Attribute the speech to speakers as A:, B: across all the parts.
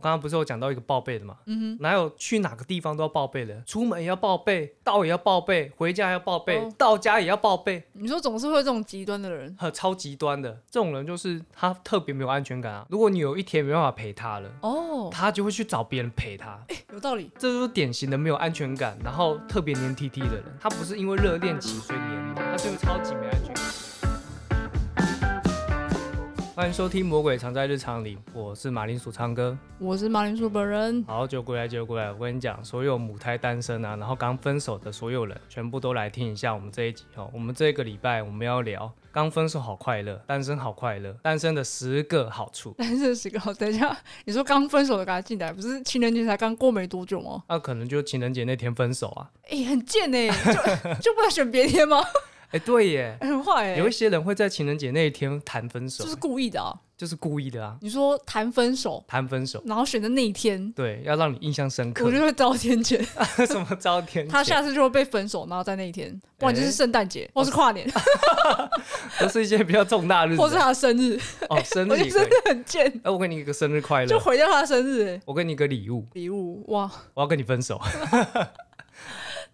A: 刚刚不是有讲到一个报备的嘛？
B: 嗯哼，
A: 哪有去哪个地方都要报备的？出门也要报备，到也要报备，回家也要报备，
B: 哦
A: 到家也要报备，
B: 你说总是会有这种极端的人，
A: 呵，超极端的这种人就是他特别没有安全感啊。如果你有一天没办法陪他了，
B: 哦，
A: 他就会去找别人陪他，
B: 有道理。
A: 这就是典型的没有安全感，然后特别黏 T T 的人。他不是因为热恋期所以黏你，他就是超级没安全感。欢迎收听《魔鬼藏在日常里》，我是马铃薯唱歌。
B: 我是马铃薯本人，
A: 好，就过来，就过来。我跟你讲，所有母胎单身啊，然后刚分手的所有人，全部都来听一下我们这一集哦。我们这个礼拜我们要聊刚分手好快乐，单身好快乐，单身的十个好处。
B: 单身十个号。等一下，你说刚分手的给他进来，不是情人节才刚过没多久吗？
A: 那、可能就情人节那天分手啊。
B: 哎、很贱 哎、就就不能选别天吗？
A: 哎、对耶，
B: 很坏哎、
A: 有一些人会在情人节那一天谈分手，
B: 就
A: 就是是
B: 故意的啊！
A: 故意的啊，
B: 你说谈分手，
A: 谈分手。
B: 然后选择那一天，
A: 对，要让你印象深刻
B: 我。就会遭天谴。
A: 什么遭天谴？
B: 他下次就会被分手，然后在那一天，不然就是圣诞节，哎哦或是跨年，
A: 都是一些比较重大的日子
B: 或是他的生日，
A: 哦，生
B: 我
A: 日
B: 觉
A: 也
B: 得
A: 可
B: 真
A: 以。
B: 的很贱，
A: 哎、我给你一个生日快
B: 就
A: 乐，
B: 毁掉他的生日欸。
A: 我给你一个礼物，
B: 礼物哇，
A: 我要跟你分手。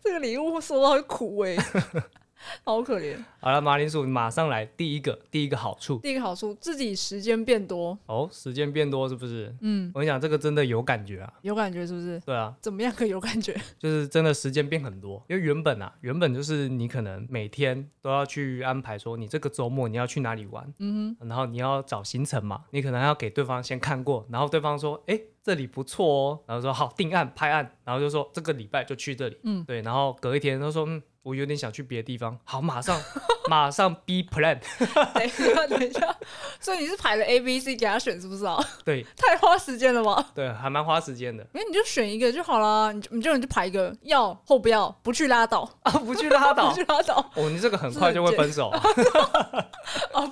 B: 这个礼物收到会哭哎、 好可怜。
A: 好了，马铃薯马上来第一个第一个好处
B: 第一个好处，自己时间变多，
A: 哦，时间变多是不是？
B: 嗯，
A: 我跟你讲，这个真的有感觉啊。
B: 有感觉是不是？
A: 对啊，
B: 怎么样可以有感 觉？
A: 就是真的时间变很多，因为原本啊，原本就是你可能每天都要去安排说你这个周末你要去哪里玩，
B: 嗯
A: 然后你要找行程嘛，你可能要给对方先看过，然后对方说，哎、这里不错哦，然后说好定案拍案，然后就说这个礼拜就去这里，
B: 嗯
A: 对，然后隔一天他说，嗯，我有点想去别的地方，好，马上 马上 B plan，
B: 哼，等一下，等一下，所以你是排了 A、B、C 给他选是不是啊？
A: 对
B: 太花时间了吧？
A: 对，还蛮花时间的。
B: 没，你就选一个就好啦，你就你就你就排一个，要或不要，不去拉倒，
A: 啊，不去拉倒
B: 不。去拉倒
A: 哦，你这个很快就会分手，
B: 啊，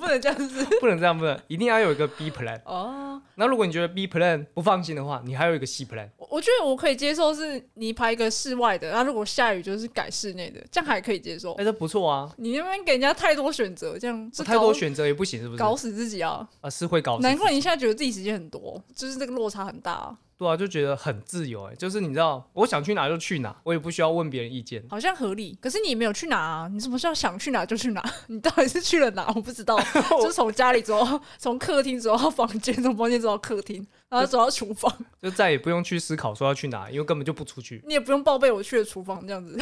B: 不能这样子
A: 不能这样，不能，一定要有一个 B plan。
B: 哦。
A: 那如果你觉得 B plan 不放心的话，你还有一个 C plan。
B: 我我觉得我可以接受，是你排一个室外的，那如果下雨就是改室内的，这样还可以接受。
A: 哎，这不错啊，
B: 你那边给人家太多选择，这样这
A: 太多选择也不行，是不是？
B: 搞死自己啊！
A: 啊，是会搞死。
B: 难怪你现在觉得自己时间很多，就是这个落差很大、
A: 对啊，就觉得很自由，哎，就是你知道，我想去哪就去哪，我也不需要问别人意见。
B: 好像合理。可是你也没有去哪、啊，你什么时候想去哪就去哪， 你到底是去了哪？我 不知道，就是从家里走到从客厅走到房间，从房间走到客厅，然后走到厨房，
A: 就再也不用去思考说要去哪，因为根本就不出去。
B: 你也不用报备我去了厨房这样子，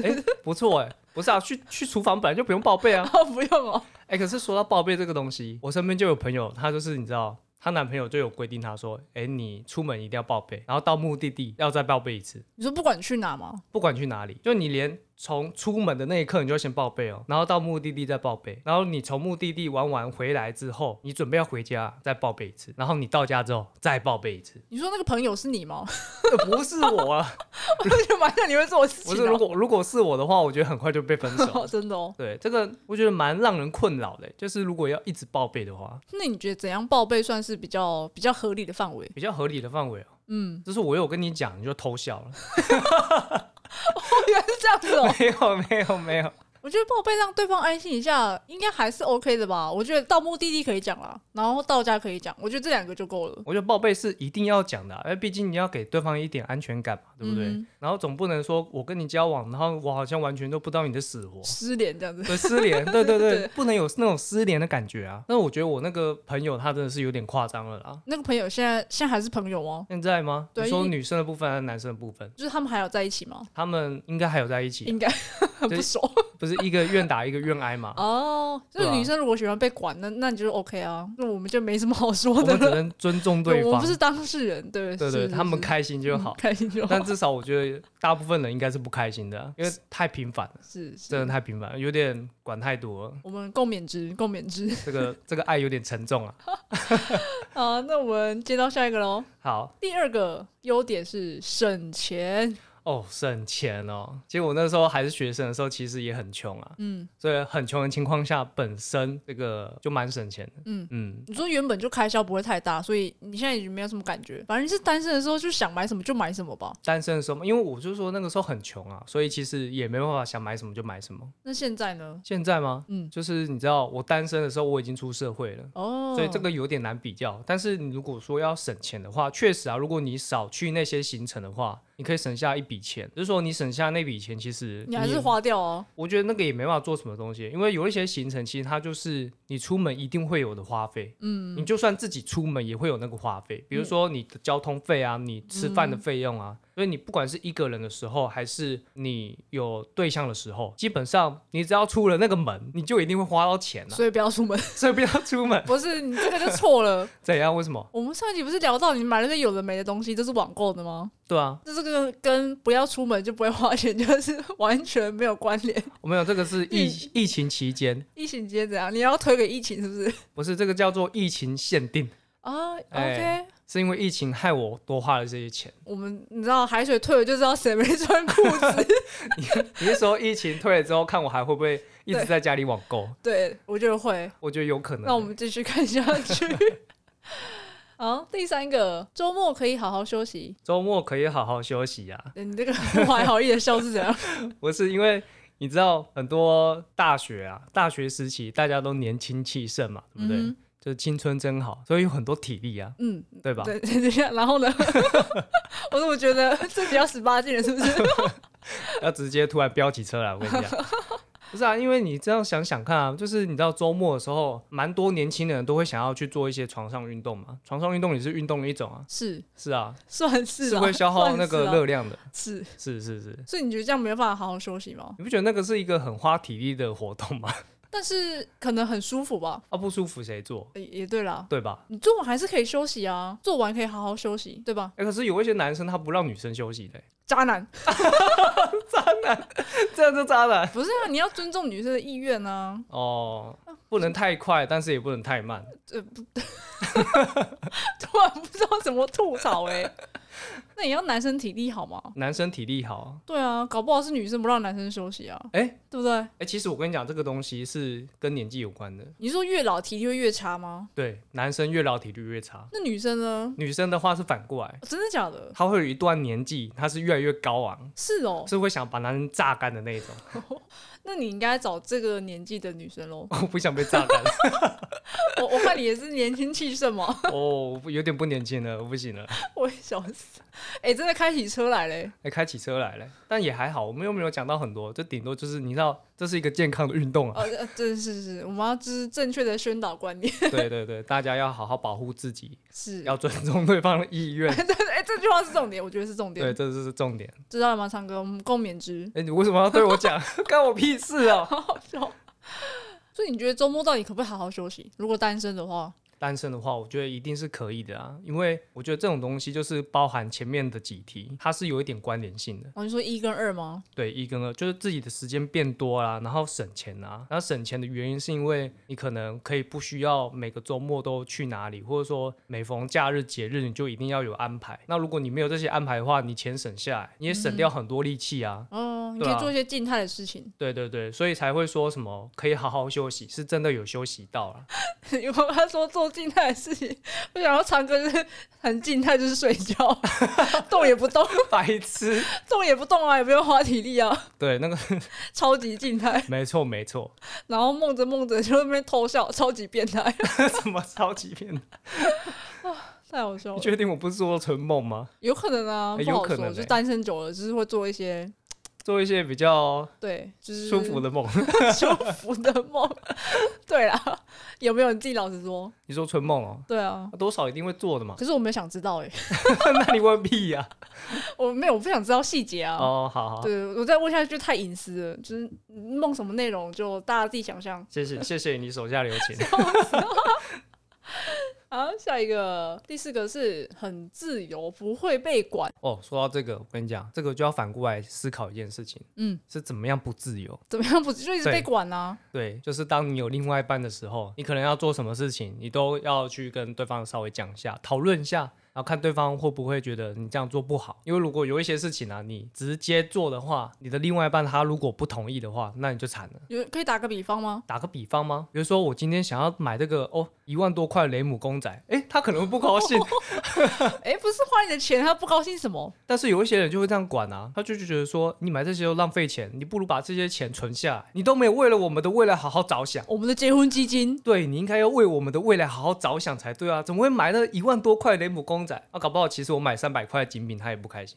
A: 哎，不错哎，不是啊，去去厨房本来就不用报备啊
B: 然。后不用哦。
A: 哎，可是说到报备这个东西，我身边就有朋友，她就是你知道，她男朋友就有规定，她说，哎，你出门一定要报备，然后到目的地要再报备一次。
B: 你说不管你去哪吗？。
A: 不管去哪里，就你连从出门的那一刻你就先报备哦，然后到目的地再报备，然后你从目的地玩完回来之后，你准备要回家再报备一次，然后你到家之后再报备一次
B: 你说那个朋友是你吗？
A: 呃 不是我啊，
B: 我就觉得蛮像你会做的事
A: 不
B: 情
A: 是
B: 的、
A: 如果如果是我的话，我觉得很快就被分 手。
B: 真的 哦，
A: 对，这个我觉得蛮让人困扰的，就是如果要一直报备的话，
B: 那你觉得怎样报备算是比较比较合理的范围？
A: 比较合理的范围哦。
B: 嗯，
A: 就是我有跟你讲，你就偷笑了。
B: 哦，原来是这样子哦。
A: 没有，没有，没有。
B: 我觉得报备让对方安心一下，应该还是 OK 的吧？我觉得到目的地可以讲啦，然后到家可以讲，我觉得这两个就够了。
A: 我觉得报备是一定要讲的、啊，因为毕竟你要给对方一点安全感嘛，对不对？
B: 嗯，
A: 然后总不能说我跟你交往，然后我好像完全都不知道你的死活
B: 失联这样子，
A: 对，失联，对对对，
B: 对
A: 不能有那种失联的感觉啊。但我觉得我那个朋友他真的是有点夸张了啦。
B: 那个朋友现在现在还是朋友吗？
A: 现在吗？
B: 对
A: 你说
B: 因
A: 女生的部分还是男生的部分？
B: 就是他们还有在一起吗？
A: 他们应该还有在一起啊、
B: 应该很不熟？
A: 不是一个愿打一个愿挨嘛
B: 哦。就
A: 对
B: 是
A: 啊
B: 女生如果喜欢被管，那那你就是 OK 啊，那我们就没什么好说
A: 我
B: 的
A: 们只
B: 了。
A: 能尊重
B: 对
A: 对
B: 我们
A: 方
B: 不，是当事人，对
A: 对
B: 是
A: 对，
B: 是
A: 他们
B: 是
A: 开心就好
B: 嗯。开心就好
A: 但。至少我觉得大部分人应该是不开心的啊，因为太频繁了，
B: 是
A: 真的
B: 是，
A: 太频繁了，有点管太多了。
B: 我们共勉之，共勉之。
A: 这个这个爱有点沉重啊。
B: 好，那我们接到下一个喽。
A: 好
B: 第二个优点是省钱。
A: 哦，省钱哦。其实我那时候还是学生的时候，其实也很穷啊，
B: 嗯
A: 所以很穷的情况下，本身这个就蛮省钱的。
B: 嗯。
A: 嗯，
B: 你说原本就开销不会太大，所以你现在已经没有什么感觉。反正是单身的时候就想买什么就买什么吧。
A: 单身的时候嘛，因为我就说那个时候很穷啊，所以其实也没办法想买什么就买什么。
B: 那现在呢？
A: 现在吗？
B: 嗯
A: 就是你知道我单身的时候我已经出社会了。
B: 哦，
A: 所以这个有点难比较，但是你如果说要省钱的话，确实啊，如果你少去那些行程的话，你可以省下一笔钱。就是说你省下那笔钱，其实
B: 你还
A: 也
B: 是花掉哦。
A: 我觉得那个也没办法做什么东西，因为有一些行程其实它就是你出门一定会有的花费，嗯，你就算自己出门也会有那个花费，
B: 嗯
A: 比如说你的交通费啊，你吃饭的费用啊，所以你不管是一个人的时候，还是你有对象的时候，基本上你只要出了那个门，你就一定会花到钱啊，
B: 所以不要出门，。
A: 所以不要出门
B: 不是你这个就错了。
A: 怎样？为什么？
B: 我们上一集不是聊到你买了那有的没的东西，这是网购的吗？
A: 对啊，
B: 这这个跟不要出门就不会花钱，就是 完全没有关联。
A: 我们有这个是疫疫情期间，
B: 疫情期间怎样？你要推给疫情是不是？
A: 不是这个叫做疫情限定，
B: 啊，OK、
A: 哎是因为疫情害我多花了这些钱。
B: 我们你知道海水退了就知道谁没穿裤子。
A: 你是说疫情退了之后，看我还会不会一直在家里网购？
B: 对，我觉得会。
A: 我觉得有可能。
B: 那我们继续看下去。 好，第三个，周末可以好好休息。
A: 周末可以好好休息啊！
B: 欸你这个不怀好意的笑是怎样？
A: 不是因为你知道很多大学啊，大学时期大家都年轻气盛嘛，对不对？
B: 嗯
A: 就是青春真好，所以有很多体力啊，
B: 嗯，
A: 对吧？
B: 对，等一下，然后呢？ 我怎么觉得自己要十八禁了，是不 是？
A: 要直接突然飙起车来，我跟你讲。不是啊，因为你这样想想看啊，就是你知道周末的时候，蛮多年轻人都会想要去做一些床上运动嘛。床上运动也是运动的一种啊，
B: 是，
A: 是啊，
B: 算是
A: 是
B: 啦
A: 会消耗
B: 算
A: 那个
B: 是啦
A: 热量的，
B: 是。
A: 是是是。
B: 所以你觉得这样没有办法好好休息吗？
A: 你不觉得那个是一个很花体力的活动吗？
B: 但是可能很舒服吧？
A: 啊，不舒服谁做？
B: 也也对啦，
A: 对吧？
B: 你做完还是可以休息啊，做完可以好好休息，对吧？
A: 哎、可是有一些男生他不让女生休息的、
B: 渣男
A: 这样就渣男
B: 不是啊，你要尊重女生的意愿啊。
A: 哦。不能太快，但是也不能太慢。
B: 突然不知道怎么吐槽哎、那也要男生体力好吗？
A: 男生体力好啊，
B: 对啊，搞不好是女生不让男生休息啊，
A: 哎、
B: 对不对？
A: 哎、其实我跟你讲，这个东西是跟年纪有关的。
B: 你说越老体力会越差吗？
A: 对，男生越老体力越差，
B: 那女生呢？
A: 女生的话是反过来，
B: 真的假的？
A: 她会有一段年纪，她是越来越高昂，
B: 是哦，
A: 是会想把男人榨干的那一种。。
B: 那你应该找这个年纪的女生喽
A: 我不想被榨干，
B: 我我看你也是年轻气盛嘛，
A: 哦，我有点不年轻了，我不行了。
B: 我也笑死。哎、真的开起车来嘞、
A: 哎、开起车来了，但也还好，我们又没有讲到很多，就顶多就是你知道，这是一个健康的运动啊。
B: 呃，呃真是是，我们要就是正确的宣导观念
A: 对对对，大家要好好保护自己，
B: 是。
A: 要尊重对方的意愿。
B: 对哎、 这句话是重点，我觉得是重
A: 对，
B: 点，
A: 这就是重点。
B: 知道了吗？唱歌，我们共勉之。
A: 哎、你为什么要对我讲？ 干我屁事哦、
B: 好好笑。 所以你觉得周末到底可不可以好好休息？如果单身的话，
A: 单身的话，我觉得一定是可以的啊，因为我觉得这种东西就是包含前面的几题，它是有一点关联性的。
B: 哦我就说一跟二吗？
A: 对，一跟二就是自己的时间变多啦、然后省钱啊，然后省钱的原因是因为你可能可以不需要每个周末都去哪里，或者说每逢假日节日你就一定要有安排。那如果你没有这些安排的话，你钱省下来，你也省掉很多力气啊。
B: 哦，你
A: 对
B: 可
A: 啊
B: 以做一些静态的事情。
A: 对对对，所以才会说什么可以好好休息，是真的有休息到啊。
B: 因为他说做静态的事情， 我想要唱歌就是很静态，就是睡觉， 动也不动，
A: 白痴，
B: 动也不动啊，也不用花体力啊，
A: 对，那个
B: 超级静态。
A: 没错没错，
B: 然后梦着梦着就在那边偷笑，超级变态，
A: 什么超级片？
B: 太好笑
A: 你
B: 了。
A: 确定我不是说纯梦吗？
B: 有可能啊，
A: 哎
B: 不好
A: 有可
B: 说，
A: 能
B: 就
A: 欸
B: 单身久了，就是会做一些
A: 做一些比较
B: 对，就是
A: 舒服的梦。
B: 舒服的梦。 对啦，有没有你自己老实说？
A: 你说纯梦哦，
B: 对啊，
A: 多少一定会做的嘛。
B: 可是我没有想知道哎、
A: 那你问屁呀、
B: 我没有，我不想知道细节啊。
A: 哦，好好，
B: 对，我再问下去就太隐私了，就是梦什么内容就大家自己想象。
A: 谢谢谢谢你手下留情。
B: 好，下一个第四个是很自由，不会被管。
A: 哦，说到这个，我跟你讲，这个就要反过来思考一件事情，
B: 嗯，
A: 是怎么样不自由。
B: 怎么样不就一直
A: 对
B: 被管啊？
A: 对，就是当你有另外一半的时候，你可能要做什么事情，你都要去跟对方稍微讲一下，讨论一下，然后看对方会不会觉得你这样做不好。因为如果有一些事情啊，你直接做的话，你的另外一半他如果不同意的话，那你就惨了。
B: 有可以打个比方吗？
A: 打个比方吗？比如说我今天想要买这个哦一万多块雷姆公仔，诶，他可能会不高兴，
B: 哎、不是花你的钱，他不高兴什么？
A: 但是有一些人就会这样管啊，他就就觉得说你买这些都浪费钱，你不如把这些钱存下来，你都没有为了我们的未来好好着想。
B: 我们的结婚基金，
A: 对你应该要为我们的未来好好着想才对啊！怎么会买那一万多块雷姆公仔？啊，搞不好其实我买三百块的精品，他也不 开心，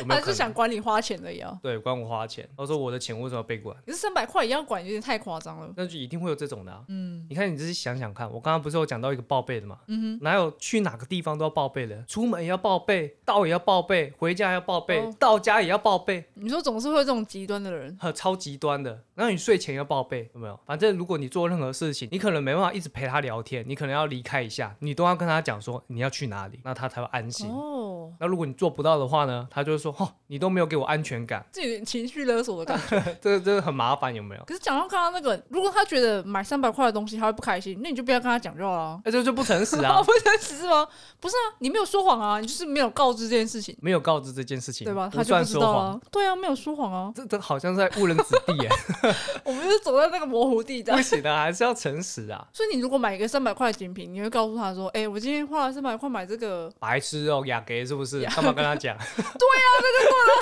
A: 有没
B: 他
A: 有可
B: 啊就
A: 能？
B: 想管你花钱而已啊。
A: 对，管我花钱。他说我的钱为什么要被管？
B: 可是三百块也要管，有点太夸张了。
A: 那就一定会有这种的啊！
B: 嗯，
A: 你看你自己想想看，我刚刚不是有讲到一个报备的嘛？嗯哪有去哪个地方都要报备的？出门也要报备，到也要报备，回家也要报备，
B: 哦
A: 到家也要报备。
B: 你说总是会有这种极端的人，
A: 很超极端的，那你睡前要报备，有没有？反正如果你做任何事情，你可能没办法一直陪他聊天，你可能要离开一下，你都要跟他讲说你要去哪里，那他才会安心。
B: 哦，
A: 那如果你做不到的话呢，他就会说：“哦，你都没有给我安全感，
B: 这有点情绪勒索的感觉。
A: 这这很麻烦，有没有？”
B: 可是讲到刚刚那个，如果他觉得买三百块的东西他会不开心，那你就不要跟他讲就好了。
A: 哎、这就不诚实啊
B: 啊，！不是只是吗？不是啊，你没有说谎啊，你就是没有告知这件事情，
A: 没有告知这件事情，
B: 对吧？
A: 不
B: 他就
A: 算
B: 不知
A: 说
B: 道
A: 谎。
B: 啊。对啊，没有说谎啊，
A: 这这好像是在误人子弟耶，
B: 我们就是走在那个模糊地带
A: 不。行的，还是要诚实啊！
B: 所以你如果买一个三百块的精品，你会告诉他说：“哎、我今天花了三百块买这个。
A: 白痴哦，雅给是不是？干嘛跟他讲？”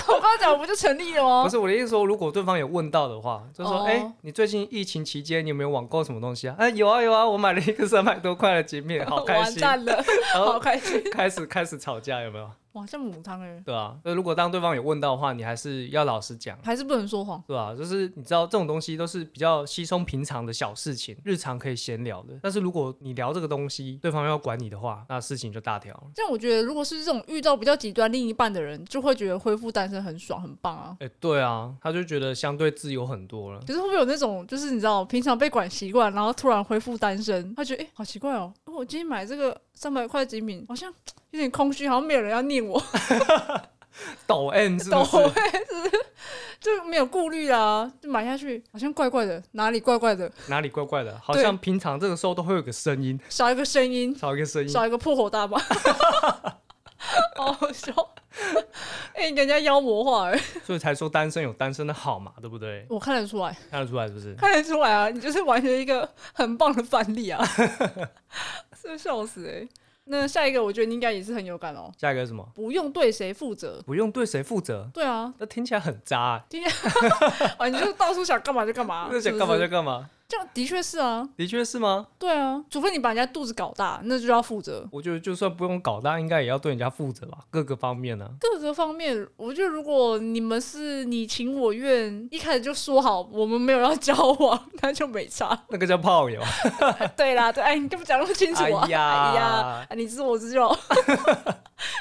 B: 我刚刚讲，我不就成立了哦
A: 不
B: 吗？
A: 是我的意思说，如果对方有问到的话，就说：“
B: 哦
A: 哎、你最近疫情期间你有没有网购什么东西啊？”哎、有啊有啊，我买了一个三百多块的洁 面，好开
B: 完
A: 心。
B: 蛋了，
A: 然
B: 好
A: 后
B: 开心！
A: 开始开始吵架，有没有？
B: 哇，像母汤哎、
A: 对啊，那如果当对方有问到的话，你还是要老实讲。
B: 还是不能说谎。
A: 对啊，就是你知道这种东西都是比较稀松平常的小事情，日常可以闲聊的。但是如果你聊这个东西，对方要管你的话，那事情就大条了。
B: 但我觉得，如果是这种遇到比较极端另一半的人，就会觉得恢复单身很爽，很棒啊。
A: 哎、对啊，他就觉得相对自由很多了。
B: 可是会不会有那种，就是你知道，平常被管习惯，然后突然恢复单身，他觉得哎、诶好奇怪哦，我今天买这个三百块的精品，好像嘖有点空虚，好像没有人要念我，
A: 抖 M 是
B: 懂
A: 不
B: 我
A: 是？
B: 意思？就没有顾虑啦、就买下去，好像怪怪的，哪里怪怪的，
A: 哪里怪怪的？好
B: 对
A: 像平常这个时候都会有个声音，
B: 少一个声音，
A: 少一个声音。
B: 少一个破火大妈， 好好笑。哎、人家妖魔化、欸，
A: 所以才说单身有单身的好嘛，对不对？
B: 我看得出来，
A: 看得出来是不是？
B: 看得出来啊，你就是完全一个很棒的范例啊， 真的笑死哎、那下一个，我觉得你应该也是很有感哦，
A: 下一个是什么？
B: 不用对谁负责。
A: 不用对谁负责，
B: 对啊，
A: 那听起来很渣、欸。
B: 啊，你就到处想干啊嘛就干 嘛，
A: 那想
B: 是不
A: 干嘛
B: 是
A: 就干嘛，
B: 这样，的确是啊，
A: 的确是吗？
B: 对啊，除非你把人家肚子搞大，那就要负责。
A: 我觉得就算不用搞大，应该也要对人家负责吧，各个方面呢、
B: 各个方面，我觉得如果你们是你情我愿，一开始就说好我们没有要交往， 那就没差。
A: 那个叫炮 友，
B: 对啦，对，哎，你根本讲那么清楚啊！
A: 哎呀
B: 哎呀啊你知我知 就好，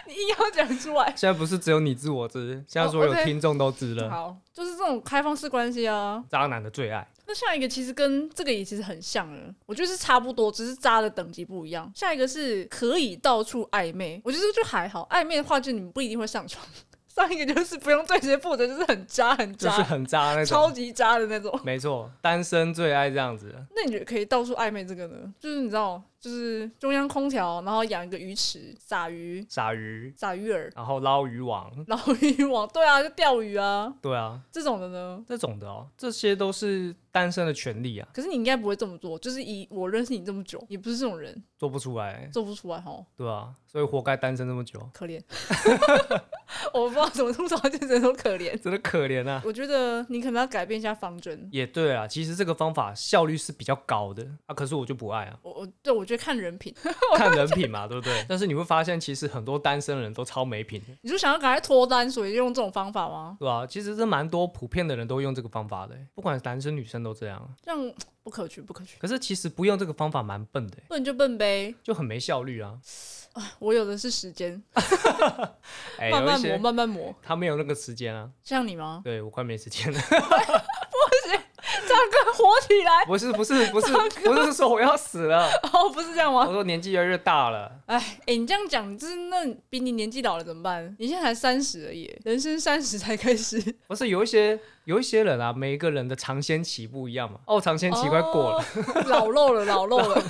B: 你硬要讲出来。
A: 现在不是只有你知我知，现在所有
B: 哦 OK
A: 听众都知了。
B: 好，就是这种开放式关系啊。
A: 渣男的最爱，
B: 那下一个其实跟这个也其实很像了，我觉得是差不多，只是渣的等级不一样。下一个是可以到处暧昧，我觉得就还好，暧昧的话就你们不一定会上床。 上一个就是不用对谁负责，就是很渣很
A: 就
B: 渣，
A: 是很渣那
B: 超
A: 种。
B: 级渣的那种。
A: 没错，单身最爱这样子。
B: 那你觉得可以到处暧昧这个呢？就是你知道，就是中央空调，然后养一个鱼池，撒鱼、
A: 傻鱼，
B: 撒鱼饵，
A: 然后捞鱼网，
B: 然后渔网，对啊，就钓鱼啊
A: 对啊，
B: 这种的呢。
A: 这种的哦，这些都是单身的权利啊，
B: 可是你应该不会这么做，就是以我认识你这么久，也不是这种人，
A: 做不出来，
B: 做不出来哈，
A: 对啊，所以活该单身这么久，
B: 可怜。 我不知道怎么吐槽这人都可怜。
A: 真的可怜啊。
B: 我觉得你可能要改变一下方针。，
A: 也对啊，其实这个方法效率是比较高的啊，可是我就不爱啊
B: 我我对 我觉得看人品，
A: 看人品嘛，对不对？但是你会发现，其实很多单身人都超没品的，
B: 你就想要赶快脱单，所以就用这种方法吗？
A: 对吧、其实这蛮多普遍的人都用这个方法的，不管男生女生都这样。
B: 这样不可取，不可取。
A: 可是其实不用这个方法蛮笨的，
B: 不然就笨呗。
A: 就很没效率啊。
B: 我有的是时间，
A: 哎、有一
B: 慢慢磨，
A: 些
B: 慢慢磨。
A: 他没有那个时间啊，
B: 像你吗？
A: 对我快没时间了。
B: 唱歌火起来
A: 不是不是不是不是说我要死了，
B: 哦，不是这样
A: 我
B: 吗？
A: 说年纪越来越大了。
B: 哎，哎、你这样讲，就是那比你年纪老了怎么办？你现在才三十而已，人生三十才开始，
A: 不是有一些有一些人啊，每一个人的尝鲜期不一样嘛。哦，尝鲜期快过了，
B: 哦，老肉了，老肉了。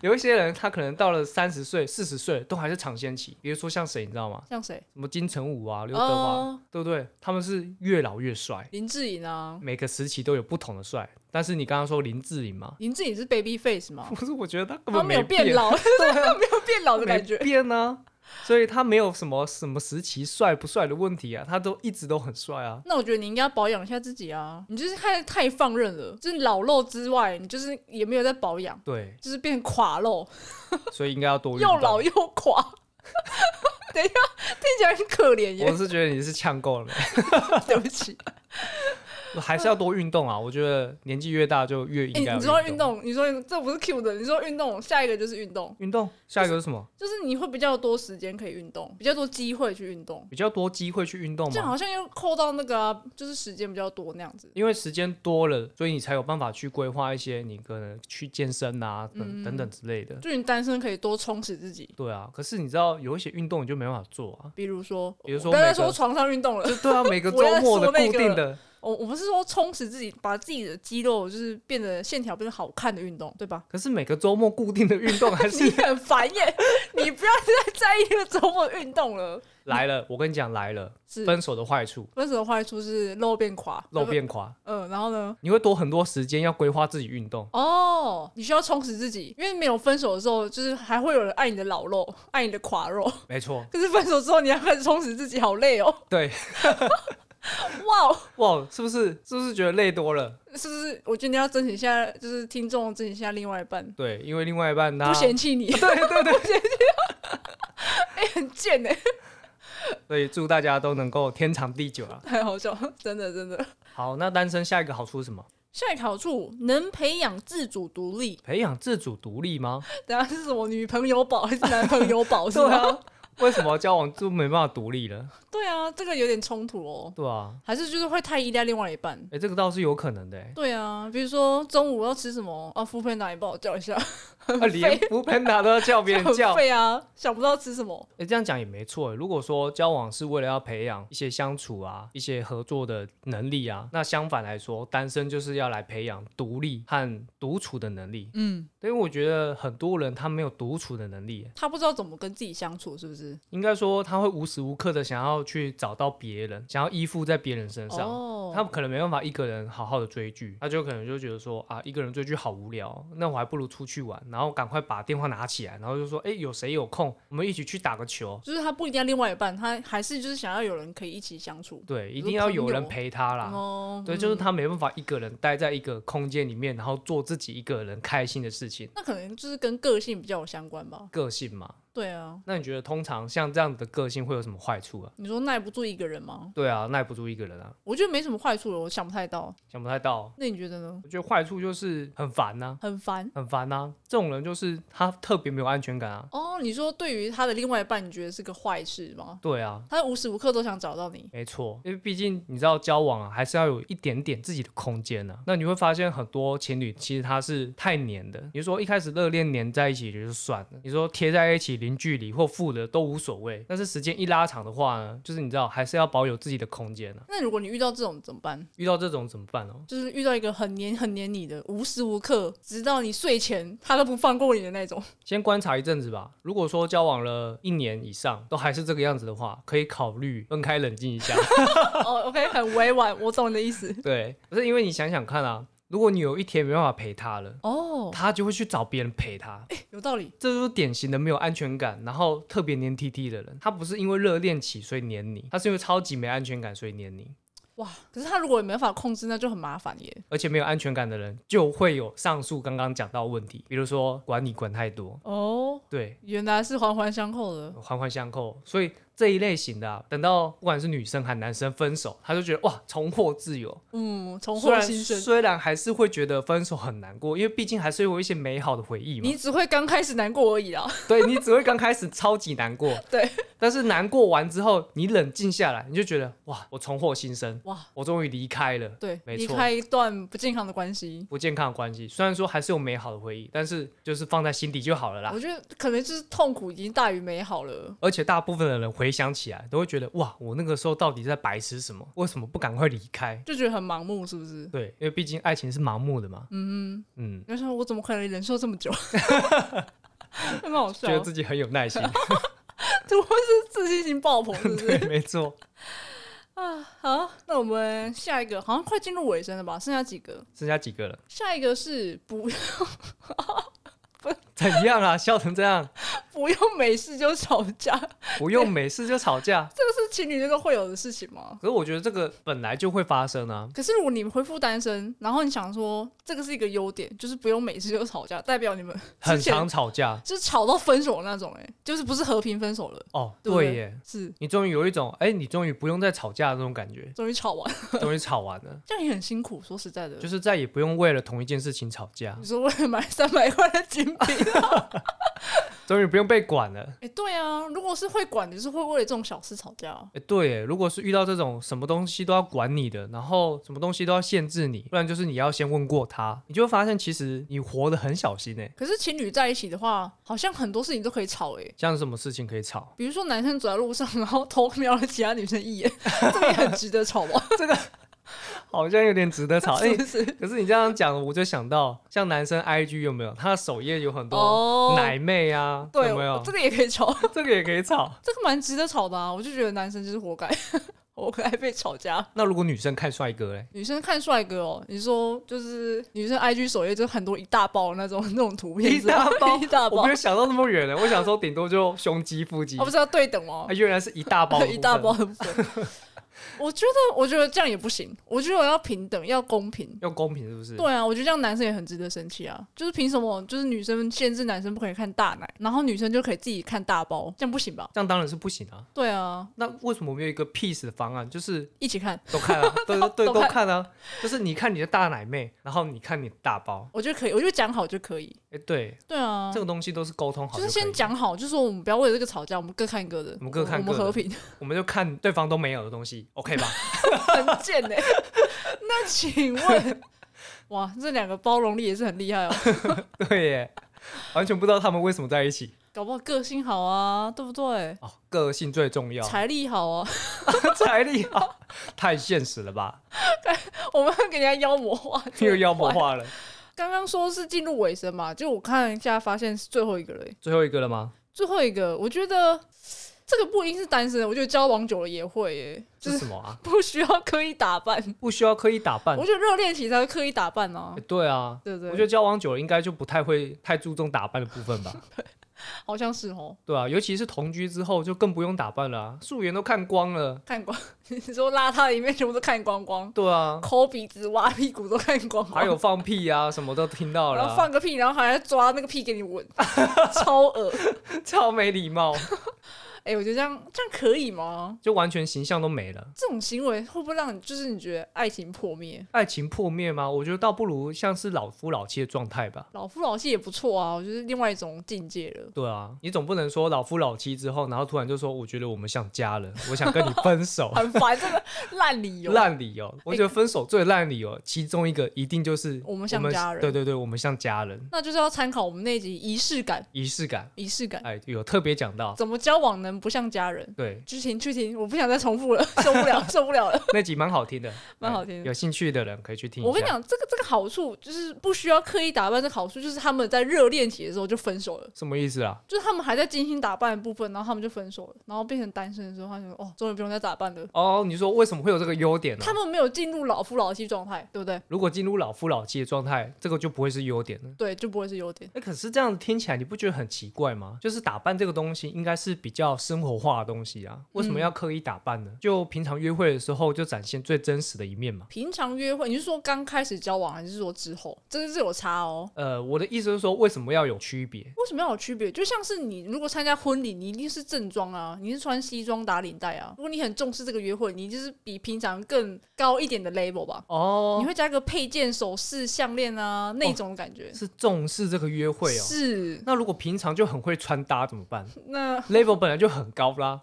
A: 有一些人他可能到了三十岁、四十岁都还是尝鲜期，比如说像谁你知道吗？
B: 像谁？
A: 什么金城武啊、刘德华，
B: 哦，
A: 对不对？他们是越老越帅，
B: 林志颖啊，
A: 每个时期都有不同的帅。但是你刚刚说林志颖嘛，
B: 林志颖是 baby face 吗？
A: 不是， 我觉得他根
B: 他
A: 本
B: 没有
A: 变
B: 变，老，
A: 对啊，
B: 没有变老的
A: 没
B: 感觉。
A: 变呢、所以他没有什么什么时期帅不帅的问题啊，他都一直都很帅啊。
B: 那我觉得你应该要保养一下自己啊，你就是太太放任了，就是老肉之外，你就是也没有在保养，
A: 对，
B: 就是变垮肉，
A: 所以应该要多运
B: 又老
A: 动。
B: 又垮。 等一下，听起来很可怜
A: 我
B: 耶，
A: 是觉得你是呛够了没？
B: 对不起。
A: 还是要多运动啊！我觉得年纪越大就越
B: 哎、
A: 应该、
B: 你说运，动，你说运这不是 Q 的，你说运动，下一个就是运动，
A: 运动下一个是什么？
B: 就是你会比较多时间可以运动，比较多机会去运动，
A: 比较多机会去运动
B: 这样
A: 嘛，
B: 好像又扣到那个啊、就是时间比较多那样子。
A: 因为时间多了，所以你才有办法去规划一些你可能去健身啊
B: 嗯
A: 等、等等之类的。
B: 就你单身可以多充实自己，
A: 对啊，可是你知道有一些运动你就没办法做啊，
B: 比如说，
A: 比如说
B: 不要再
A: 每个
B: 说床上运动了，
A: 就对啊，每个周
B: 我在
A: 末的
B: 说那
A: 固
B: 个
A: 定的，
B: 我我不是说充实自己，把自己的肌肉就是变得线条变得好看的运动，对吧？
A: 可是每个周末固定的运动还是
B: 你很烦耶， 你不要再在意那个周末运动了。
A: 来了，我跟你讲来了，
B: 是
A: 分手的坏处，
B: 分手的坏处是肉变垮，
A: 肉，变垮，
B: 嗯、然后呢？
A: 你会多很多时间要规划自己运动。
B: 哦，你需要充实自己，因为没有分手的时候，就是还会有人爱你的老肉，爱你的垮肉。
A: 没错，
B: 可是分手之后，你要开始充实自己，好累哦！
A: 对，
B: 哇哦，
A: 哇，是不是是不是觉得累多了？
B: 是不是？我觉得你要珍惜一下，就是听众珍惜一下另外一半，
A: 对，因为另外一半他
B: 不嫌弃你，
A: 啊对对对，
B: 很贱 哎，
A: 所以祝大家都能够天长地久啊。
B: 太好笑，真的真的。
A: 好，那单身下一个好处是什么？
B: 下一个好处能培养自主独立，
A: 培养自主独立吗？
B: 等下是什么女朋友宝还是男朋友 宝是
A: 啊
B: 吗？，
A: 为什么交往就没办法独立了？
B: 对啊，这个有点冲突哦，
A: 对啊，
B: 还是就是会太依赖另外一半。
A: 哎、。这个倒是有可能的、欸
B: 对啊，比如说中午要吃什么啊，副配奶帮我叫一下，
A: 啊，连福盆达都要叫别人叫， 哎、
B: 很废啊，想不到吃什么。
A: 这样讲也没错欸、如果说交往是为了要培养一些相处啊、一些合作的能力啊，那相反来说，单身就是要来培养独立和独处的能力。
B: 嗯，
A: 因为我觉得很多人他没有独处的能力欸、
B: 他不知道怎么跟自己相处，是不是？
A: 应该说他会无时无刻的想要去找到别人，想要依附在别人身上。
B: 哦，
A: 他可能没办法一个人好好的追剧，他就可能就觉得说啊，一个人追剧好无聊，那我还不如出去玩，然后赶快把电话拿起来，然后就说，哎、有谁有空，我们一起去打个球。
B: 就是他不一定要另外一半，他还是就是想要有人可以一起相处。
A: 对，一
B: 如
A: 定要
B: 朋
A: 有人
B: 友
A: 陪他啦。
B: 哦，
A: 对，
B: 嗯
A: 就是他没办法一个人待在一个空间里面，然后做自己一个人开心的事情。
B: 那可能就是跟个性比较有相关吧。
A: 个性嘛，
B: 对啊，
A: 那你觉得通常像这样子的个性会有什么坏处啊？
B: 你说耐不住一个人吗？
A: 对啊，耐不住一个人啊，
B: 我觉得没什么坏处了，我想不太到。
A: 想不太到。啊
B: 那你觉得呢？
A: 我觉得坏处就是很烦呐、
B: 很烦
A: 很烦呐、这种人就是他特别没有安全感啊。
B: 哦。你说对于他的另外一半，你觉得是个坏事吗？
A: 对啊，
B: 他无时无刻都想找到你。
A: 没错，因为毕竟你知道交往啊，还是要有一点点自己的空间呢、啊。那你会发现很多情侣其实他是太黏的。你说一开始热恋黏在一起也就算了，你说贴在一起零距离或负的都无所谓，但是时间一拉长的话呢，就是你知道还是要保有自己的空间啊。
B: 那如果你遇到这种怎么办？
A: 遇到这种怎么办哦？
B: 就是遇到一个很黏很黏你的，无时无刻，直到你睡前他都不放过你的那种。
A: 先观察一阵子吧。如果说交往了一年以上都还是这个样子的话，可以考虑分开冷静一下。
B: 哦，OK，很委婉，我懂你的意思。
A: 对，不是因为你想想看啊，如果你有一天没办法陪他了，
B: 哦，
A: 他就会去找别人陪他，
B: 有道理。
A: 这就是典型的没有安全感，然后特别黏 T T 的人。他不是因为热恋期所以黏你，他是因为超级没安全感所以黏你，
B: 哇，可是他如果没法控制，那就很麻烦耶。
A: 而且没有安全感的人就会有上述刚刚讲到的问题，比如说管你管太多，
B: 哦，
A: 对，
B: 原来是环环相扣的。
A: 环环相扣，所以。这一类型的、啊，等到不管是女生还是男生分手，他就觉得哇，重获自由。
B: 嗯，重
A: 虽
B: 获
A: 然
B: 新生。
A: 虽然还是会觉得分手很难过，因为毕竟还是有一些美好的回忆嘛。
B: 你只会刚开始难过而已啦。啊
A: 对你只会刚开始超级难过，
B: 对，
A: 但是难过完之后，你冷静下来，你就觉得哇，我重获新生，
B: 哇，
A: 我终于离开了
B: 对，
A: 没
B: 离
A: 错
B: 开一段不健康的关系。
A: 不健康的关系。虽然说还是有美好的回忆，但是就是放在心底就好了啦
B: 我。觉得可能就是痛苦已经大于美好了。
A: 而且大部分的人回回想起来，都会觉得哇，我那个时候到底在白痴什么？为什么不赶快离开？
B: 就觉得很盲目，是不是？
A: 对，因为毕竟爱情是盲目的嘛。嗯嗯，
B: 你就说我怎么可能忍受这么久？ 还蛮好笑
A: 觉，得自己很有耐心。
B: 我是自信心爆棚，是不
A: 对
B: 是，？
A: 没错。
B: 啊，好，那我们下一个好像快进入尾声了吧？剩下几个？
A: 剩下几个了？
B: 下一个是不
A: 怎样啊？笑成这样，
B: 不用没事就吵架，
A: 不用每次就吵架。
B: 这个是情侣之间会有的事情吗？
A: 可是我觉得这个本来就会发生啊。
B: 可是如果你恢复单身，然后你想说这个是一个优点，就是不用每次就吵架， 代表你们
A: 很
B: 之前
A: 常吵架
B: 就是吵到分手的那种、欸，哎，就是不是和平分手了，
A: 哦，
B: 对不对
A: 对耶，
B: 是，
A: 你终于有一种哎、你终于不用再吵架的那种感觉
B: 终于吵完，
A: 终于吵完 了，
B: 这样也很辛苦。说实在的，
A: 就是再也不用为了同一件事情吵架
B: 你，说为了买 三百块的精品，
A: 终于不用被管了。
B: 哎、对啊，如果是会管的，就是会为了这种小事吵架啊。
A: 哎，对耶，如果是遇到这种什么东西都要管你的，然后什么东西都要限制你，不然就是你要先问过他，你就会发现其实你活得很小心哎。
B: 可是情侣在一起的话，好像很多事情都可以吵哎、
A: 像是什么事情可以吵？
B: 比如说男生走在路上，然后偷瞄了其他女生一眼， 这个也很值得吵吧？
A: 好像有点值 得吵。哎、
B: 是不是？
A: 可是你这样讲，我就想到像男生 IG 有没有？他的首页有很多
B: 哦，
A: 奶妹啊，
B: 对，
A: 有没有
B: 这？个也可以吵，
A: 这个也可以吵。
B: 这个蛮值得吵的啊！我就觉得男生就是活该， 活该被吵架。
A: 那如果女生看帅哥嘞？
B: 女生看帅哥哦，你说就是女生 IG 首页就很多一大包那种那 种图片，
A: 一大包
B: 一大
A: 我
B: 包
A: 没有，想到那么远的，我想说顶多就胸肌、腹肌，
B: 啊哦不是要对等吗
A: 啊，？原来是一大 包的部分，
B: 一大包的部分。我觉得，我觉得这样也不行。我觉得我要平等，要公平。
A: 要公平是不是？
B: 对啊，我觉得这样男生也很值得生气啊！就是凭什么？就是女生限制男生不可以看大奶，然后女生就可以自己看大包，这样不行吧？
A: 这样当然是不行啊。
B: 对啊，
A: 那为什么没有一个 peace 的方案？就是
B: 一起看，
A: 都 看啊，对对对，
B: 都
A: 都
B: 看
A: 看啊。就是你看你的大奶妹，然后你看你的大包。
B: 我觉得可以，我觉得讲好就可以。
A: 哎，对，
B: 对啊，
A: 这个东西都是沟通好
B: 就
A: 可以
B: 是先，讲好，就说我们不要为了这个吵架，我们各看各的，
A: 我们各看各的
B: 我们和平，
A: 我们就看对方都没有的东西，OK 吧？
B: 很贱呢、 那请问，哇，这两个包容力也是很厉害哦，
A: 对耶，完全不知道他们为什么在一起
B: 搞不好个性好啊，对不对？
A: 哦，个性最重要，
B: 财力好啊，
A: 财力好，太现实了吧？
B: 我们要给人家妖魔 化，
A: 又妖魔。化了，
B: 刚刚说是进入尾声嘛，就我看一下，发现是最后一个了耶、欸
A: 最后一个了吗？
B: 最后一个，我觉得这个不一定是单身的，我觉得交往久了也会、耶，就是是
A: 什么啊？
B: 不需要刻意打扮。
A: 不需要刻意打扮
B: 我。觉得热恋期才会刻意打扮啊
A: 欸，对啊，
B: 哦对不对？
A: 我觉得交往久了应该就不太会太注重打扮的部分吧？
B: 好像是哦。
A: 对啊，尤其是同居之后就更不用打扮了、啊，素颜都看光了。
B: 看光， 你说邋遢的一面全部都看光光，
A: 对 啊，
B: 抠鼻子、挖屁股都看光光，
A: 还有放屁啊什么都听到了
B: 然后
A: 啊、
B: 放个屁，然后还要抓那个屁给你闻， 超恶。
A: 超没礼貌，
B: 哎、我觉得这样这样可以吗？
A: 就完全形象都没了。
B: 这种行为会不会让你就是你觉得爱情破灭？
A: 爱情破灭吗？我觉得倒不如像是老夫老妻的状态吧。
B: 老夫老妻也不错啊，我觉得另外一种境界了。，
A: 对啊，你总不能说老夫老妻之后，然后突然就说我觉得我们像家人，我想跟你分手
B: 很烦这个烂理由，
A: 哦烂理由。我觉得分手最烂理由，其中一个一定就是
B: 哎我们像家人
A: 对对对，我们像家人，
B: 那就是要参考我们那集仪式感，
A: 仪式感。
B: 仪式感
A: 哎，有特别讲到，
B: 怎么交往能不像家人？
A: 对，
B: 去听去听，我不想再重复了，受不了， 受不了了。
A: 那集蛮好听的，
B: 蛮
A: 哎
B: 好听的
A: 有兴趣的人可以去听一下。
B: 我跟你，讲，这个这个好处就是不需要刻意打扮，这个好处就是他们在热恋期的时候就分手了，
A: 什么意思啊？
B: 就是他们还在精心打扮的部分，然后他们就分手了，然后变成单身的时候，他就说哦，终于不用再打扮了。
A: 哦，你说为什么会有这个优点呢、
B: 他们没有进入老夫老妻状态，对不对？
A: 如果进入老夫老妻的状态，这个就不会是优点了。
B: 对，就不会是优点。
A: 哎，可是这样听起来你不觉得很奇怪吗？就是打扮这个东西应该是比较生活化的东西啊，为
B: 嗯
A: 什么要刻意打扮呢？就平常约会的时候就展现最真实的一面嘛。
B: 平常约会，你是说刚开始交往，还是说之后？这个是有差哦。
A: 呃，我的意思是说，为什么要有区别？
B: 为什么要有区别？就像是你如果参加婚礼，你一定是正装啊，你是穿西装打领带啊。如果你很重视这个约会，你就是比平常更高一点的 level 吧。
A: 哦
B: 你，会加一个配件、首饰、项链啊那种感觉。
A: 是重视这个约哦会哦。
B: 是
A: 那如果平常就很会穿搭怎么办
B: 那
A: ？level 本来就很高啦，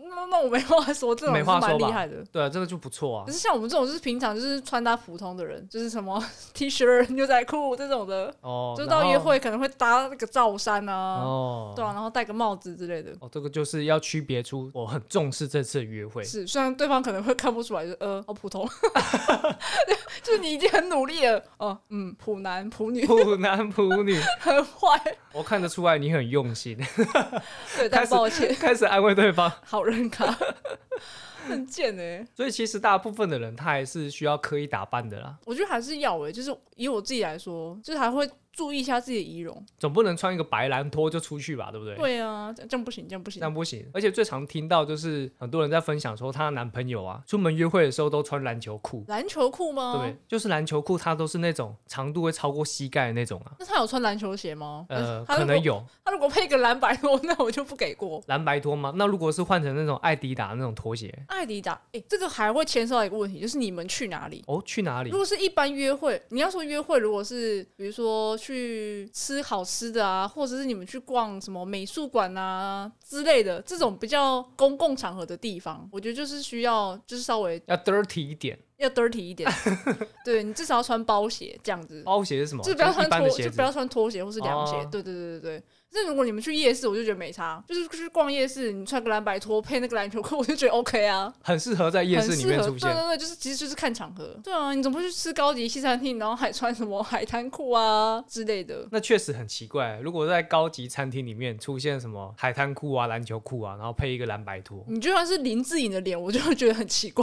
B: 那那我没话说，这种
A: 没
B: 是
A: 话说
B: 蛮厉
A: 吧
B: 害的。
A: 对啊，这个就不错啊
B: 可。是像我们这种就是平常就是穿搭普通的人，就是什么 T 恤、牛仔裤这种的，
A: 哦，
B: 就
A: 然
B: 到约
A: 后
B: 会可能会搭那个罩衫啊，
A: 哦，
B: 对啊，然后戴个帽子之类的。
A: 哦，这个就是要区别出我很重视这次的约会，
B: 是，虽然对方可能会看不出来，就呃，好普通， 就是你已经很努力了，哦，嗯，普男普女
A: 普男普女，
B: 很坏，
A: 我看得出来你很用 心，开
B: 对，但
A: 始
B: 抱歉，
A: 开始安慰对方。
B: 好人卡， 很贱哎、
A: 所以其实大部分的人他还是需要刻意打扮的啦，
B: 我觉得还是要哎、就是以我自己来说，就是还会注意一下自己的仪容。
A: 总不能穿一个白蓝拖就出去吧，对不对？
B: 对啊，这样这样不行，这样不行
A: 那。不行，而且最常听到就是很多人在分享说，她的男朋友啊，出门约会的时候都穿篮球裤，
B: 篮球裤吗？
A: 对，就是篮球裤，它都是那种长度会超过膝盖的那种啊。
B: 那他有穿篮球鞋吗？
A: 呃，
B: 他如
A: 可
B: 果
A: 能有
B: 他如果配个蓝白拖，那我就不给过。
A: 蓝白拖吗？那如果是换成那种艾迪达那种拖鞋，
B: 艾迪达，哎、这个还会牵涉到一个问题，就是你们去哪里？
A: 哦，去哪里
B: 如？果是一般约会，你要说约会，如果是比如说去吃好吃的啊，或者是你们去逛什么美术馆啊之类的，这种比较公共场合的地方，我觉得就是需要就是稍微
A: 要 dirty 一点。
B: 要 dirty 一点，对你至少要穿包鞋这样子，
A: 包鞋是什么？
B: 就不要
A: 是
B: 穿
A: 哦一般的
B: 拖，
A: 鞋
B: 就
A: 子
B: 不。要穿拖鞋或是凉鞋
A: 哦。
B: 对对对对对。那如果你们去夜市，我就觉得没差，就是去逛夜市，你穿个蓝白拖配那个篮球裤，我就觉得 OK 啊，
A: 很适合在夜
B: 很
A: 市里
B: 适
A: 面
B: 合。
A: 出
B: 对对
A: 现。
B: 对，就是其实就是看场合。对啊，你怎么会去吃高级西餐厅，然后还穿什么海滩裤啊之类的？
A: 那确实很奇怪，如果在高级餐厅里面出现什么海滩裤啊、篮球裤啊，然后配一个蓝白拖，
B: 你就算是林志颖的脸，我就会觉得很奇 怪，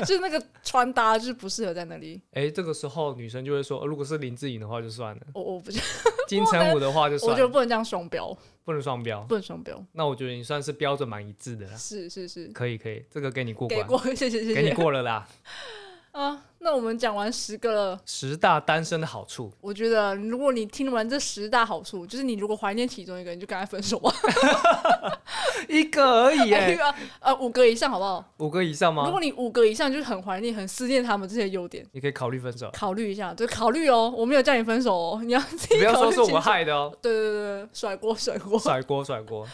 B: 就是那个穿搭就是不适合在那里。
A: 哎，这个时候女生就会说，呃如果是林志颖的话就算了，
B: 我我不是，
A: 金城武的话就
B: 我
A: 算
B: 觉得
A: 了，
B: 不能这样双标，
A: 不能双标。
B: 不能双标。
A: 那我觉得你算是标准蛮一致的啦，
B: 是是是，
A: 可以可以，这个给你过
B: 给
A: 关，
B: 过，谢谢谢
A: 啊给你
B: 谢。
A: 过了啦。
B: 啊，那我们讲完十个了。
A: 十大单身的好处，
B: 我觉得，如果你听完这十大好处，就是你如果怀念其中一个，你就跟他分 手吧。
A: 一个而 已
B: 那
A: 哎，
B: 个呃，五个以上好不好？
A: 五个以上
B: 如
A: 吗
B: 果？你五个以上，就是很怀念、很思念他们这些优点，
A: 你可以考虑分手，
B: 考虑一下，就考虑哦。我没有叫你分手哦， 你要自己
A: 不要
B: 考
A: 说
B: 虑
A: 是
B: 清
A: 我
B: 楚
A: 们。害的哦，
B: 对对对对，甩锅甩 锅，
A: 甩锅甩锅。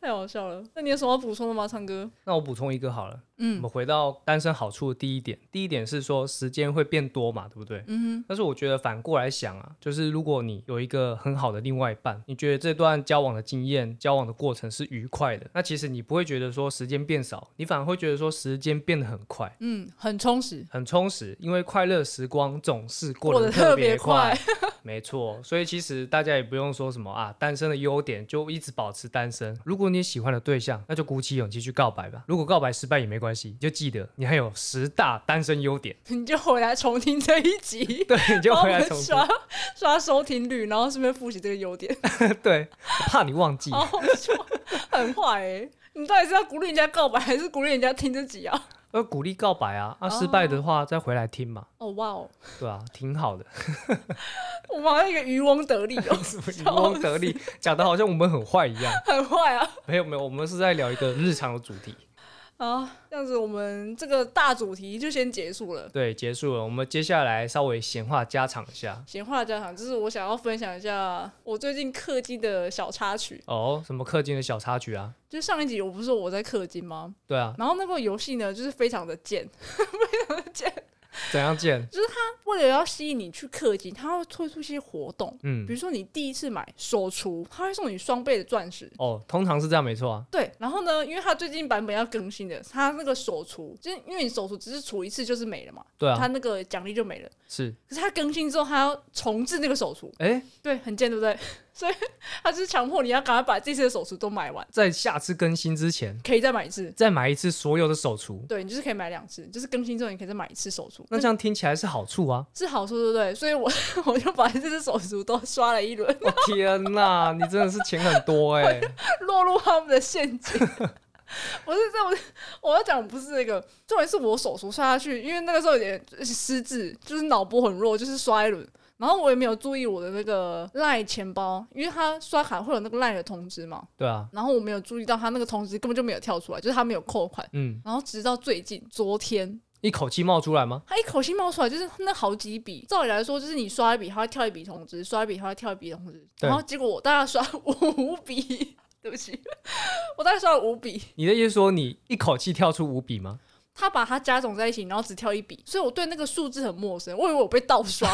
B: 太好笑了。那你有什么要补充的吗，唱歌？
A: 那我补充一个好了，我
B: 嗯
A: 们回到单身好处的第一点，第一点是说时间会变多嘛，对不对？
B: 嗯
A: 但是我觉得反过来想啊，就是如果你有一个很好的另外一半，你觉得这段交往的经验、交往的过程是愉快的，那其实你不会觉得说时间变少，你反而会觉得说时间变得很快。
B: 哼嗯，很充实。
A: 很充实，因为快乐时光总是
B: 过
A: 过
B: 得
A: 得
B: 特
A: 特
B: 别
A: 别快，没错。所以其实大家也不用说什么啊，单身的优点就一直保持单身。如果你喜欢的对象，那就鼓起勇气去告白吧。如果告白失败也没关系，就记得你还有十大单身优点，
B: 你就回来重听这一集，
A: 对，你就
B: 帮
A: 回
B: 我
A: 来
B: 们
A: 重
B: 刷刷收听率，然后顺便复习这个优点。
A: 听。对，我怕你忘记。
B: 好好笑，很坏哎、你到底是要鼓励人家告白，还是鼓励人家听这集啊？
A: 要鼓励告白啊，啊，失败的话再回来听嘛，
B: 哦哇哦，
A: 对啊，挺好 的，
B: 我们好像一个渔翁得利 哦，
A: 渔翁得利，讲的好像我们很坏一样。
B: 很坏啊
A: 没有没有，我们是在聊一个日常的主题。
B: 啊！这样子，我们这个大主题就先结束了。
A: 对，结束了。我们接下来稍微闲话家常一下。
B: 闲话家常，就是我想要分享一下我最近氪金的小插曲。
A: 哦，什么氪金的小插曲啊？
B: 就上一集我不是说我在氪金吗？
A: 对啊，
B: 然后那个游戏呢，就是非常的贱，
A: 怎样见？
B: 为了要吸引你去氪金，它会推出一些活动，比
A: 嗯，
B: 如说你第一次买首厨，它会送你双倍的钻石，
A: 哦，通常是这样没错啊。
B: 对，然后呢，因为它最近版本要更新的，它那个手除，就是因为你手除只是除一次就是没了嘛，
A: 对
B: 它
A: 啊，
B: 那个奖励就没了。
A: 是。
B: 可是它更新之后，它要重置那个手除，
A: 哎，
B: 对，很贱，对不对？所以它就是强迫你要赶快把这次的手除都买完，
A: 在下次更新之前，
B: 可以再买一次。
A: 再买一次所有的手厨。
B: 对你就是可以买两次，就是更新之后你可以再买一次手除，
A: 那这样听起来是好处啊！
B: 是好处，对不对？所以我 我就把这次手除都刷了一轮，
A: 我、哦天哪，你真的是钱很多哎、
B: 落入他们的陷阱。 不是这种，我要讲不是那个，重点是我手术刷下去，因为那个时候有点失智，就是脑波很弱，就是刷一轮，然后我也没有注意我的那个赖钱包，因为它刷卡会有那个赖的通知嘛，
A: 对啊，
B: 然后我没有注意到它那个通知根本就没有跳出来，就是它没有扣款，
A: 嗯，
B: 然后直到最近昨天。
A: 一口气冒出来吗？
B: 它一口气冒出来，就是那好几笔。照理来说，就是你刷一笔，它会跳一笔通知；刷一笔，它会跳一笔通知。
A: 对
B: 然后结果我大概刷五笔， 对不起，我大概刷了五笔。
A: 你的意思说你一口气跳出五笔吗？
B: 他把它加总在一起，然后只跳一笔，所以我对那个数字很陌生，我以为我被盗刷，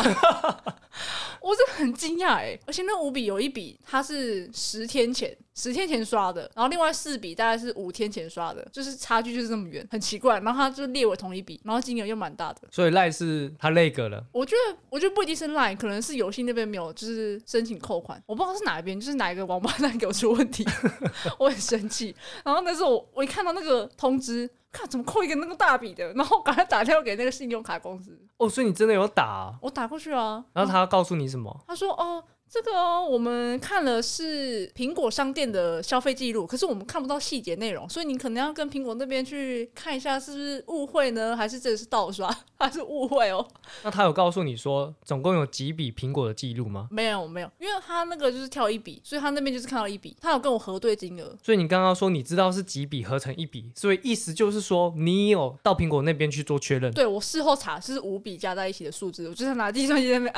B: 我真的很惊讶哎！而且那五笔有一笔它是十天前，十天前刷的，然后另外四笔大概是五天前刷的，就是差距就是这么远，很奇怪。然后他就列为同一笔，然后金额又蛮大的。
A: 所以赖是他那个了，
B: 我觉得，我觉得不一定是 Line，可能是游戏那边没有，就是申请扣款，我不知道是哪一边，就是哪一个王八蛋给我出问题， 我很生气。然后那时候我我一看到那个通知，看怎么扣一个那个大笔的，然后赶快打电话给那个信用卡公司，
A: 哦，所以你真的有打啊、
B: 我打过去啊，
A: 然后他告诉你什么？
B: 他说哦。这个哦，我们看了是苹果商店的消费记录，可是我们看不到细节内容，所以你可能要跟苹果那边去看一下，是不是误会呢？还是这是盗刷？ 还是误会哦？
A: 那他有告诉你说总共有几笔苹果的记录吗？
B: 没有没有，因为他那个就是跳一笔，所以他那边就是看到一笔，他有跟我核对金额。
A: 所以你刚刚说你知道是几笔合成一笔，所以意思就是说你有到苹果那边去做确认。
B: 对我事后查是五笔加在一起的数字，我就是拿计算机在那边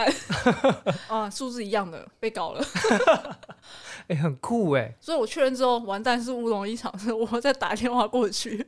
B: 按，啊，数字一样的，被搞了。
A: 哎、很酷哎，
B: 所以我确认之后，完蛋是乌龙一场，所以我再打电话过去，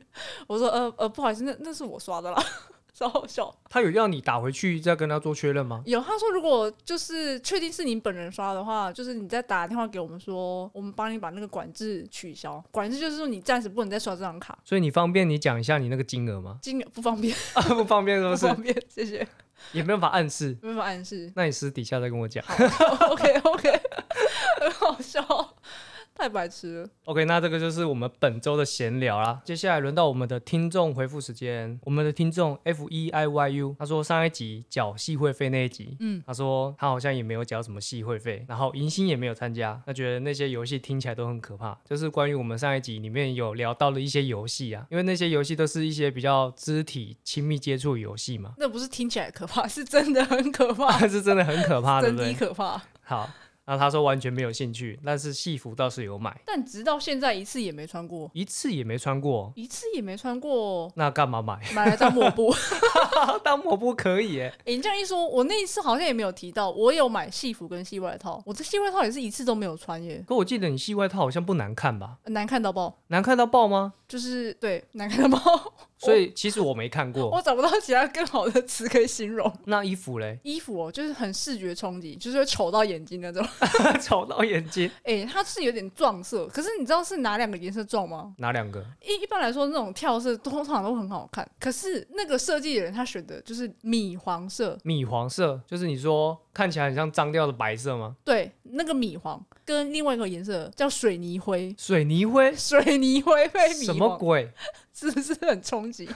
B: 我说呃呃，不好意思，那那是我刷的啦， 超好笑。
A: 他有要你打回去再跟他做确认吗？
B: 有他说，如果就是确定是你本人刷的话，就是你再打电话给我们说，我们帮你把那个管制取消。管制就是说你暂时不能再刷这张卡，
A: 所以你方便你讲一下你那个金额吗？
B: 金额不方便，
A: 啊，不方便是
B: 不
A: 不
B: 方
A: 是？
B: 便，谢谢，
A: 也没办法暗示。
B: 没办法暗示。
A: 那你私底下再跟我讲。
B: OK OK，很好笑，太白痴了。
A: OK，那这个就是我们本周的闲聊啦。接下来轮到我们的听众回复时间。我们的听众 F E I Y U，他说上一集缴戏会费那一集，
B: 嗯，
A: 他说他好像也没有缴什么戏会费，然后迎新也没有参加，他觉得那些游戏听起来都很可怕。就是关于我们上一集里面有聊到的一些游戏啊，因为那些游戏都是一些比较肢体亲密接触的游戏嘛，
B: 那不是听起来可怕，是真的很可怕，
A: 但是真的很可 怕，对
B: 真
A: 不
B: 的
A: 对？
B: 可怕。
A: 好，那他说完全没有兴趣，但是戏服倒是有买，
B: 但直到现在一次也没穿过，
A: 一次也没穿过，
B: 一次也没穿过，
A: 那干嘛买？
B: 买来当抹布。
A: 当抹布可以耶，
B: 诶你这样一说，我那一次好像也没有提到，我有买戏服跟戏外套，我这戏外套也是一次都没有穿耶，
A: 可我记得你系外套好像不难看吧？
B: 难看到爆，
A: 难看到爆吗？
B: 就是对难看到爆，
A: 所以其实我没看过。
B: 我找不到其他更好的词可以形容。，
A: 那衣服嘞
B: 衣服哦，就是很视觉冲击，就是会丑到眼睛那种。
A: 丑到眼睛。
B: 哎、它是有点撞色，可是你知道是哪两个颜色撞吗？
A: 哪两个？
B: 一一般来说，那种跳色通常都很好看，可是那个设计的人他选的就是米黄色，
A: 米黄色，就是你说看起来很像脏掉的白色吗？
B: 对，那个米黄跟另外一个颜色叫水泥灰，
A: 水泥灰？
B: 水泥灰配米
A: 什么
B: 黄，
A: 鬼？
B: 是不是很冲 击？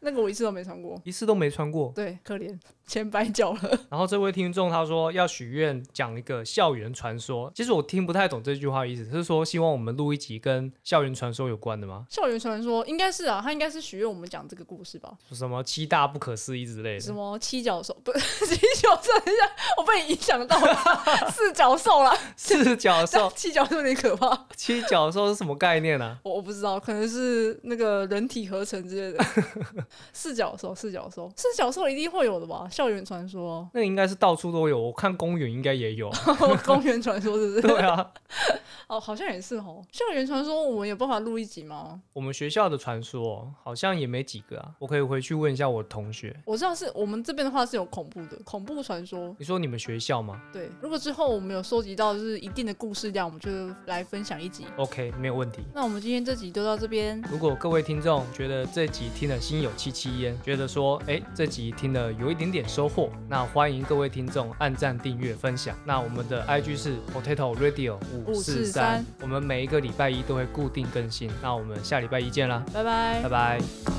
B: 那个我一次都没穿过，
A: 一次都没穿过。
B: 对，可怜，钱白缴了。
A: 然后这位听众他说要许愿讲一个校园传说，其实我听不太懂这句话的意思，是说希望我们录一集跟校园传说有关的吗？
B: 校园传说应该是啊，他应该是许愿我们讲这个故事吧？
A: 什么七大不可思议之类
B: 什
A: 的？
B: 么七角兽？不是 七角兽，等一下，我被你影响到 了，四角兽啦。
A: 四角兽，
B: 七角兽有点可怕，
A: 七角兽是什么概念啊？、
B: 我我不知道，可能是那个人体合成之类 的。四角兽，四角兽，四角兽一定会有的吧？校园传说
A: 那应该是到处都有，我看公园应该也有。啊
B: 公园传说是不是？
A: 对啊，
B: 哦，好像也是哦。校园传说我们有办法录一集吗？
A: 我们学校的传说哦好像也没几个啊，我可以回去问一下我同学。
B: 我知道是我们这边的话是有恐怖的恐怖传说。
A: 你说你们学校吗
B: 对，如果之后我们有收集到就是一定的故事量，我们就来分享一集。
A: ？OK，没有问题。
B: 那我们今天这集就到这边，
A: 如果各位听众觉得这集听了心有戚戚焉，觉得说，哎，这集听了有一点点收获，那欢迎各位听众按赞、订阅、分享。那我们的 IG 是 Potato Radio 五四
B: 543
A: 三，我们每一个礼拜一都会固定更新。那我们下礼拜一见啦，
B: 拜拜
A: 拜。拜。